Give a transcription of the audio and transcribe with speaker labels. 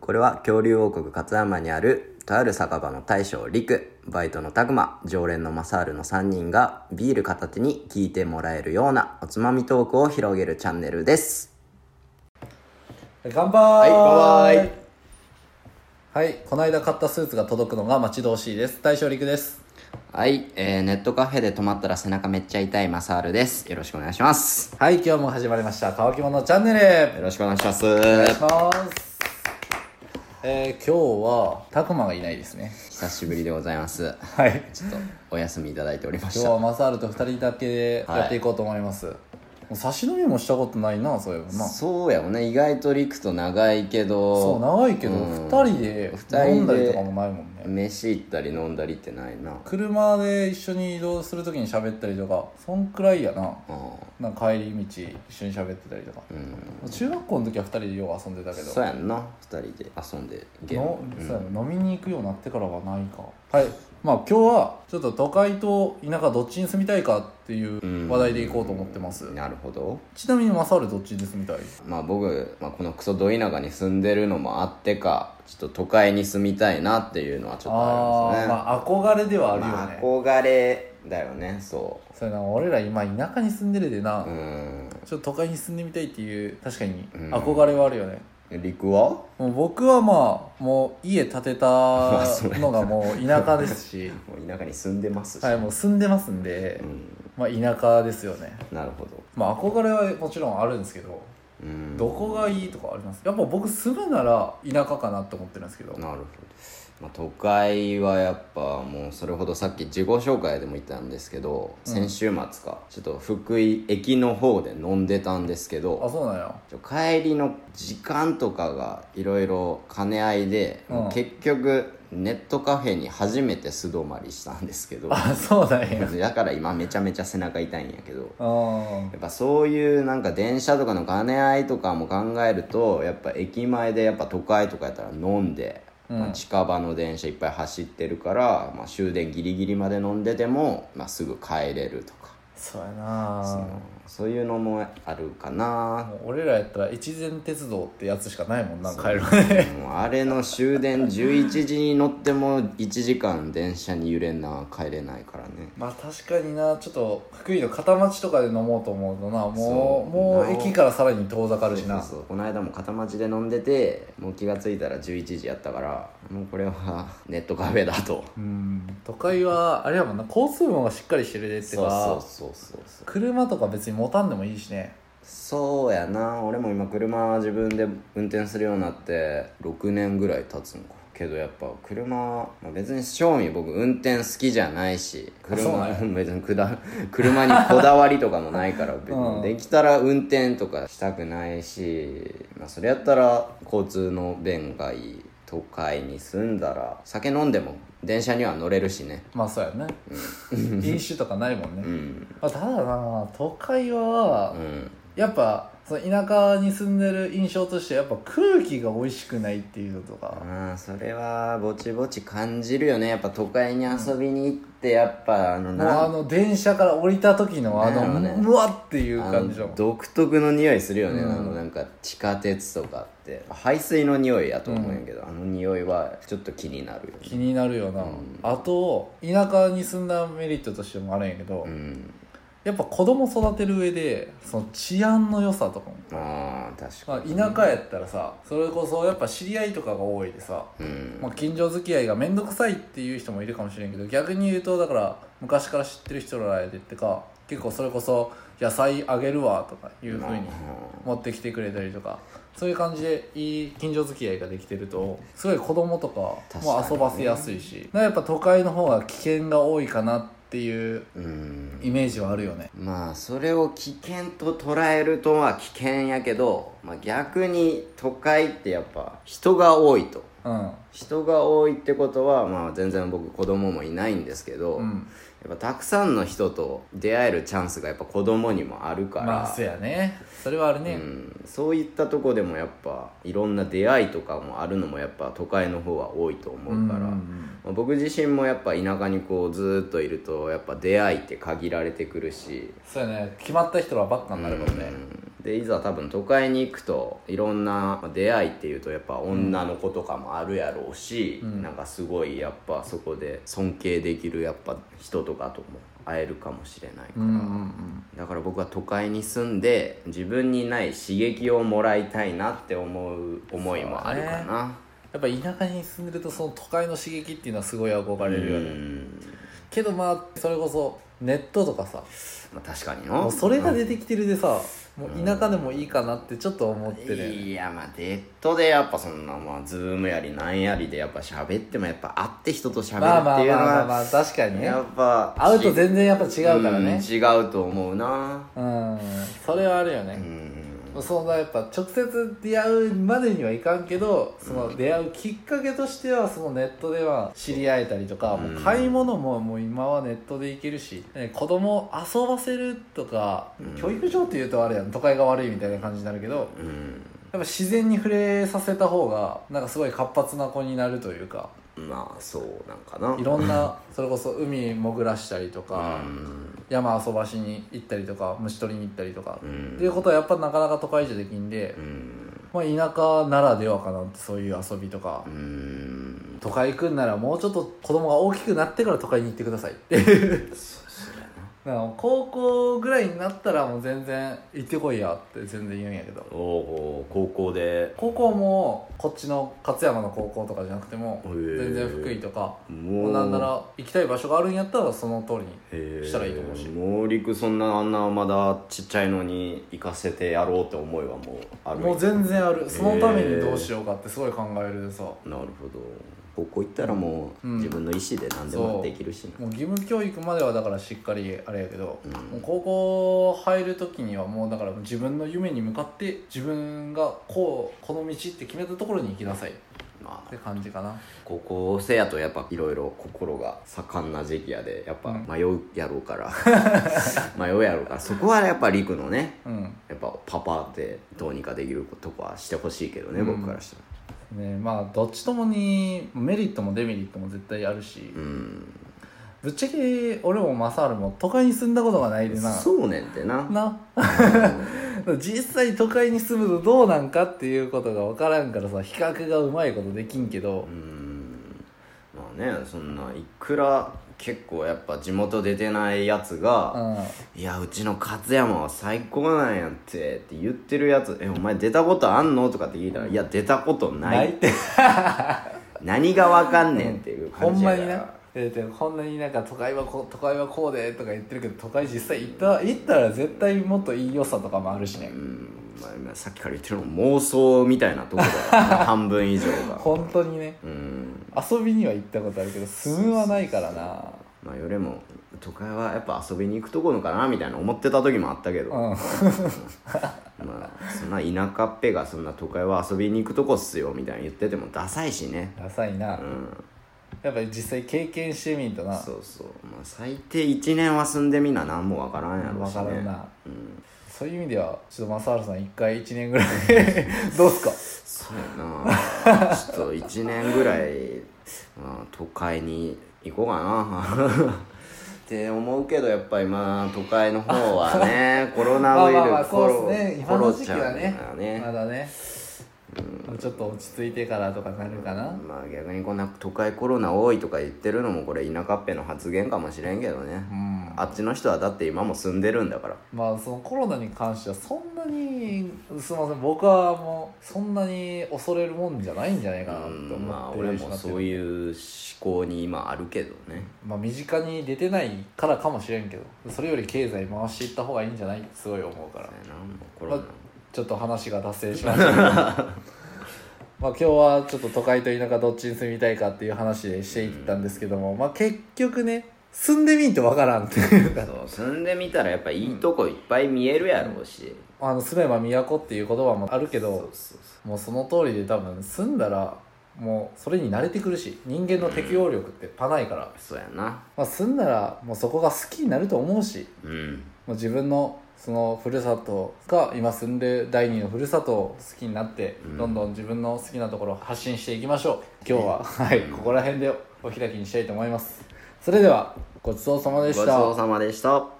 Speaker 1: これは恐竜王国勝山にあるとある酒場の大将陸バイトのタグマ常連のマサールの3人がビール片手に聞いてもらえるようなおつまみトークを広げるチャンネルです
Speaker 2: 乾杯
Speaker 3: はい乾杯
Speaker 2: はいこの間買ったスーツが届くのが待ち遠しいです大正陸です
Speaker 1: はい、えー、ネットカフェで泊まったら背中めっちゃ痛いマサールですよろしくお願いします
Speaker 2: はい今日も始まりました乾き物チャンネル
Speaker 1: よろしくお願いします
Speaker 2: お願いしますえー、今日はたくまがいないですね
Speaker 1: 久しぶりでございます
Speaker 2: はい
Speaker 1: ちょっとお休みいただいておりまし
Speaker 2: 今日
Speaker 1: た
Speaker 2: はマサールと2人だけでやっていこうと思います、もう差し飲みもしたことないなそういえばなそ
Speaker 1: そうやもんね意外と陸と長いけど
Speaker 2: う長いけど
Speaker 1: うん
Speaker 2: 2人で
Speaker 1: 人で
Speaker 2: 飲んだりとかもないもんね
Speaker 1: 飯行ったり飲んだりってないな
Speaker 2: 車で一緒に移動するときに喋ったりとかそんくらいやな
Speaker 1: うん
Speaker 2: なんか帰り道一緒に喋ってたりとか、中学校の時は2人でよう遊んでたけど
Speaker 1: そうやんな2人で遊んでゲー
Speaker 2: の
Speaker 1: ム
Speaker 2: そうやな飲みに行くようになってからはないかはいまあ今日はちょっと都会と田舎どっちに住みたいかっていう話題でいこうと思ってます、
Speaker 1: なるほど
Speaker 2: ちなみにマサールどっちに住みたい
Speaker 1: まあ僕、まあ、このクソど田舎に住んでるのもあってかちょっと都会に住みたいなっていうのはちょっとありますね
Speaker 2: あーまあ憧れではあるよね、
Speaker 1: まあ憧れだよねそ
Speaker 2: それな俺ら今田舎に住んでるでな、
Speaker 1: ううん
Speaker 2: ちょっと都会に住んでみたいっていう確かに
Speaker 1: うん
Speaker 2: 憧れはあるよね、
Speaker 1: 陸は
Speaker 2: もう僕はまあもう家建てた
Speaker 1: あそれ
Speaker 2: のがもう田舎で すし
Speaker 1: もう田舎に住んでますし、
Speaker 2: はいもう住んでますんで、
Speaker 1: うん
Speaker 2: まあ田舎ですよね
Speaker 1: なるほど
Speaker 2: まあ憧れはもちろんあるんですけど
Speaker 1: うん
Speaker 2: どこがいいとかありますやっぱ僕住むなら田舎かなと思ってるんですけど
Speaker 1: なるほど、まあ、都会はやっぱもうそれほどさっき自己紹介でも言ったんですけど、先週末かちょっと福井駅の方で飲んでたんですけ
Speaker 2: あ
Speaker 1: ど
Speaker 2: そうなんや
Speaker 1: ちょ帰りの時間とかがいろいろ兼ね合いで、
Speaker 2: うん
Speaker 1: もう結局ネットカフェに初めて素泊まりしたんです けど
Speaker 2: あそうなん や
Speaker 1: だから今めちゃめちゃ背中痛いんやけど
Speaker 2: うん
Speaker 1: やっぱそういうなんか電車とかの兼ね合いとかも考えるとやっぱ駅前でやっぱ都会とかやったら飲んで、
Speaker 2: うん
Speaker 1: まあ近場の電車いっぱい走ってるから、まあ、終電ギリギリまで飲んでても、まあ、すぐ帰れるとか、
Speaker 2: そうや
Speaker 1: そ
Speaker 2: な
Speaker 1: のそういうのもあるかな
Speaker 2: もう俺らやったら越前鉄道ってやつしかないもんな帰る
Speaker 1: もうあれの終電11時に乗っても1時間電車に揺れんな帰れないからね
Speaker 2: まあ確かになちょっと福井の片町とかで飲もうと思うとなもう
Speaker 1: そう
Speaker 2: もう駅からさらに遠ざかるしな
Speaker 1: そうそうこの間も片町で飲んでてもう気がついたら11時やったからもうこれは ネットカフェだと
Speaker 2: うん都会はあれやもんな交通網がしっかりしてるでって
Speaker 1: そう
Speaker 2: か
Speaker 1: そうそうそうそう
Speaker 2: 車とか別に持たんでもいいしね
Speaker 1: そうやな俺も今車自分で運転するようになって6年ぐらい経つんかけどやっぱ車、まあ別に正味僕運転好きじゃないし
Speaker 2: あそうな
Speaker 1: 車
Speaker 2: んや
Speaker 1: 別にくだ 車にこだわりとかもないから、別
Speaker 2: うん
Speaker 1: にできたら運転とかしたくないし、まあ、それやったら交通の便がいい都会に住んだら酒飲んでも電車には乗れるしね
Speaker 2: まあそうやね飲酒とかないもんね、
Speaker 1: うん
Speaker 2: まあ、ただな都会は、
Speaker 1: うん
Speaker 2: やっぱその田舎に住んでる印象としてやっぱ空気が美味しくないっていうのとか、
Speaker 1: あーそれはぼちぼち感じるよねやっぱ都会に遊びに行ってやっぱあの
Speaker 2: もうあ
Speaker 1: ん
Speaker 2: の電車から降りた時のあの、
Speaker 1: ねえね
Speaker 2: うわっていう
Speaker 1: あ
Speaker 2: 感じだも
Speaker 1: の
Speaker 2: ん
Speaker 1: 独特の匂いするよね、
Speaker 2: うん
Speaker 1: あのなんか地下鉄とかって排水の匂いやと思うんやけど、あの匂いはちょっと気になるよ
Speaker 2: 気
Speaker 1: ね
Speaker 2: になるよな、
Speaker 1: うん
Speaker 2: あと田舎に住んだメリットとしてもあるんやけど、
Speaker 1: うん
Speaker 2: やっぱ子供育てる上でその治安の良さとかも、
Speaker 1: ああ確
Speaker 2: ま
Speaker 1: か
Speaker 2: あ、
Speaker 1: に、
Speaker 2: 田舎やったらさそれこそやっぱ知り合いとかが多いでさ、
Speaker 1: うん
Speaker 2: まあ、近所付き合いが面倒くさいっていう人もいるかもしれんけど逆に言うとだから昔から知ってる人らやでってか結構それこそ野菜あげるわとかいうふうに持ってきてくれたりとかそういう感じでいい近所付き合いができてるとすごい子供とかも
Speaker 1: 確かにね
Speaker 2: 遊ばせやすいし、だからやっぱ都会の方が危険が多いかなっていう
Speaker 1: うん
Speaker 2: イメージはあるよね
Speaker 1: まあそれを危険と捉えるとは危険やけど、まあ、逆に都会ってやっぱ人が多いと
Speaker 2: うん
Speaker 1: 人が多いってことは、まあ、全然僕子供もいないんですけど、
Speaker 2: うん
Speaker 1: やっぱたくさんの人と出会えるチャンスがやっぱ子供にもあるから、
Speaker 2: まあそうやねそれはあるね、
Speaker 1: うん、そういったとこでもやっぱいろんな出会いとかもあるのもやっぱ都会の方は多いと思うから、
Speaker 2: うんうん
Speaker 1: まあ僕自身もやっぱ田舎にこうずーっといるとやっぱ出会いって限られてくるし、
Speaker 2: そうやね決まった人らばっかになるもんね、
Speaker 1: うんでいざ多分都会に行くといろんなまあ出会いっていうとやっぱ女の子とかもあるやろうし、
Speaker 2: ん
Speaker 1: なんかすごいやっぱそこで尊敬できるやっぱ人とかとも会えるかもしれないから、
Speaker 2: うんうんうん
Speaker 1: だから僕は都会に住んで自分にない刺激をもらいたいなって思う思いもあるかな、
Speaker 2: やっぱ田舎に住んでるとその都会の刺激っていうのはすごい憧れるよね、
Speaker 1: うん
Speaker 2: けどまあそれこそネットとかさ
Speaker 1: まあ、確かに
Speaker 2: も
Speaker 1: の
Speaker 2: うそれが出てきてるでさ、もう田舎でもいいかなってちょっと思ってる、
Speaker 1: いやまあネットでやっぱそんなまあズームやりなんやりでやっぱ喋ってもやっぱ会って人と喋
Speaker 2: まあ
Speaker 1: るっ
Speaker 2: まあ
Speaker 1: ていう
Speaker 2: ま
Speaker 1: の
Speaker 2: あまあ、
Speaker 1: は
Speaker 2: まあ、確かにね
Speaker 1: やっぱ
Speaker 2: 会うと全然やっぱ違うからね
Speaker 1: うん違うと思うな
Speaker 2: うん、それはあるよね
Speaker 1: う、ん
Speaker 2: そんなやっぱ直接出会うまでにはいかんけどその出会うきっかけとしてはそのネットでは知り合えたりとか、
Speaker 1: うん
Speaker 2: もう買い物ももう今はネットで行けるし、ね子供を遊ばせるとか、
Speaker 1: うん
Speaker 2: 教育上っていうとあれやん都会が悪いみたいな感じになるけど
Speaker 1: うん
Speaker 2: やっぱ自然に触れさせた方がなんかすごい活発な子になるというか
Speaker 1: まあそうなんかない
Speaker 2: ろんなそれこそ海潜らしたりとか、
Speaker 1: うん
Speaker 2: 山遊ばしに行ったりとか虫取りに行ったりとか、
Speaker 1: う
Speaker 2: っていうんことはやっぱなかなか都会じゃできんで、
Speaker 1: うん
Speaker 2: まあ、田舎ならではかなってそういう遊びとか、
Speaker 1: うん
Speaker 2: 都会行くんならもうちょっと子供が大きくなってから都会に行ってくださいって だから高校ぐらいになったらもう全然行ってこいやって全然言うんやけど
Speaker 1: おお高校で
Speaker 2: 高校もこっちの勝山の高校とかじゃなくても
Speaker 1: へー
Speaker 2: 全然福井とか
Speaker 1: も
Speaker 2: もうなんなら行きたい場所があるんやったらその通りに
Speaker 1: へー
Speaker 2: したらいいと思うし
Speaker 1: 毛利君そんなあんなまだちっちゃいのに行かせてやろうって思いはもうある
Speaker 2: もう全然あるそのためにどうしようかってすごい考えるでさも
Speaker 1: なるほど高校行ったらもう
Speaker 2: うん
Speaker 1: 自分の意思で何でもできるしな、
Speaker 2: う義務教育まではだからしっかりあれやけど、
Speaker 1: うん
Speaker 2: もう高校入る時にはもうだから自分の夢に向かって自分がこうこの道って決めたところに行きなさいっ
Speaker 1: まあ
Speaker 2: て感じかな
Speaker 1: 高校生やとやっぱいろいろ心が盛んな時期やでやっぱ
Speaker 2: うん
Speaker 1: 迷うやろうから、 迷うやろうからそこはやっぱ陸のね
Speaker 2: うん
Speaker 1: やっぱパパでどうにかできるとこはしてほしいけどね、
Speaker 2: うん
Speaker 1: 僕からしたら
Speaker 2: ねまあどっちともにメリットもデメリットも絶対あるし、
Speaker 1: うん
Speaker 2: ぶっちゃけ俺もマサールも都会に住んだことがないでな
Speaker 1: そうねんって な
Speaker 2: な
Speaker 1: うん
Speaker 2: 実際都会に住むとどうなんかっていうことが分からんからさ比較がうまいことできんけど
Speaker 1: うー、んまあねそんないくら結構やっぱ地元出てないやつ
Speaker 2: う
Speaker 1: が
Speaker 2: ん、
Speaker 1: 「いやうちの勝山は最高なんやって」って言ってるやつ「えお前出たことあんの?」とかって聞いたら「いや出たことな
Speaker 2: な
Speaker 1: い
Speaker 2: いっ」て
Speaker 1: 何がわかんねんっていう
Speaker 2: ほ
Speaker 1: 感
Speaker 2: ん
Speaker 1: じ
Speaker 2: ま
Speaker 1: や
Speaker 2: に
Speaker 1: か
Speaker 2: な
Speaker 1: ら。
Speaker 2: えーでもこんなになんか都会はこう都会はこうでとか言ってるけど都会実際行った行ったら絶対もっといい良さとかもあるしね
Speaker 1: うんまあまあさっきから言ってるの妄想みたいなとこだ からな半分以上が
Speaker 2: 本当にね
Speaker 1: うん
Speaker 2: 遊びには行ったことあるけど住むはないからな
Speaker 1: まあよりも都会はやっぱ遊びに行くとこのかなみたいな思ってた時もあったけど、
Speaker 2: うん
Speaker 1: まあそんな田舎っぺがそんな都会は遊びに行くとこっすよみたいな言っててもダサいしね
Speaker 2: ダサいな
Speaker 1: うん
Speaker 2: やっぱり実際経験してみんとな
Speaker 1: そうそうまあ最低1年は住んでみな何もわからんやろ
Speaker 2: 分
Speaker 1: し
Speaker 2: からん
Speaker 1: ね
Speaker 2: なそういう意味ではちょっと正原さん一回一年ぐら いどうっすか
Speaker 1: そうやなちょっと1年ぐらい、まあ、都会に行こうかなって思うけどやっぱりまあ都会の方は ねコロナウイルス
Speaker 2: まあまあまあ
Speaker 1: コ
Speaker 2: そう
Speaker 1: ロ
Speaker 2: っすね今の時期はね
Speaker 1: コロちゃうから
Speaker 2: まだねもうちょっと落ち着いてからとかなるかな
Speaker 1: まあ逆にこんな都会コロナ多いとか言ってるのもこれ田舎っぺの発言かもしれんけどね、
Speaker 2: うん
Speaker 1: あっちの人はだって今も住んでるんだから
Speaker 2: まあそのコロナに関してはそんなにすいません僕はもうそんなに恐れるもんじゃないんじゃないかなって思ってる
Speaker 1: まあ俺もそう
Speaker 2: う
Speaker 1: いう思考に今あるけどね
Speaker 2: まあ身近に出てないからかもしれんけどそれより経済回していった方がいいんじゃないってすごい思うから
Speaker 1: そうやなもうコロナ、
Speaker 2: まちょっと話が脱線しました けどまあ今日はちょっと都会と田舎どっちに住みたいかっていう話でしていったんですけども、まあ結局ね住んでみんとわからんっていうか
Speaker 1: そう住んでみたらやっぱいいとこいっぱい見えるやろうし、
Speaker 2: あの住めば都っていう言葉もあるけど
Speaker 1: そうそうそ
Speaker 2: もうその通りで多分住んだらもうそれに慣れてくるし人間の適応力ってパないから、
Speaker 1: うそうやな
Speaker 2: まあ、住んだらもうそこが好きになると思うし
Speaker 1: うん
Speaker 2: もう自分のそのふるさとが今住んでる第二のふるさとを好きになって、
Speaker 1: うん
Speaker 2: どんどん自分の好きなところを発信していきましょう今日は、はいここら辺でお開きにしたいと思いますそれではごちそうさま
Speaker 1: ご
Speaker 2: で
Speaker 1: ち
Speaker 2: した
Speaker 1: そうさまでした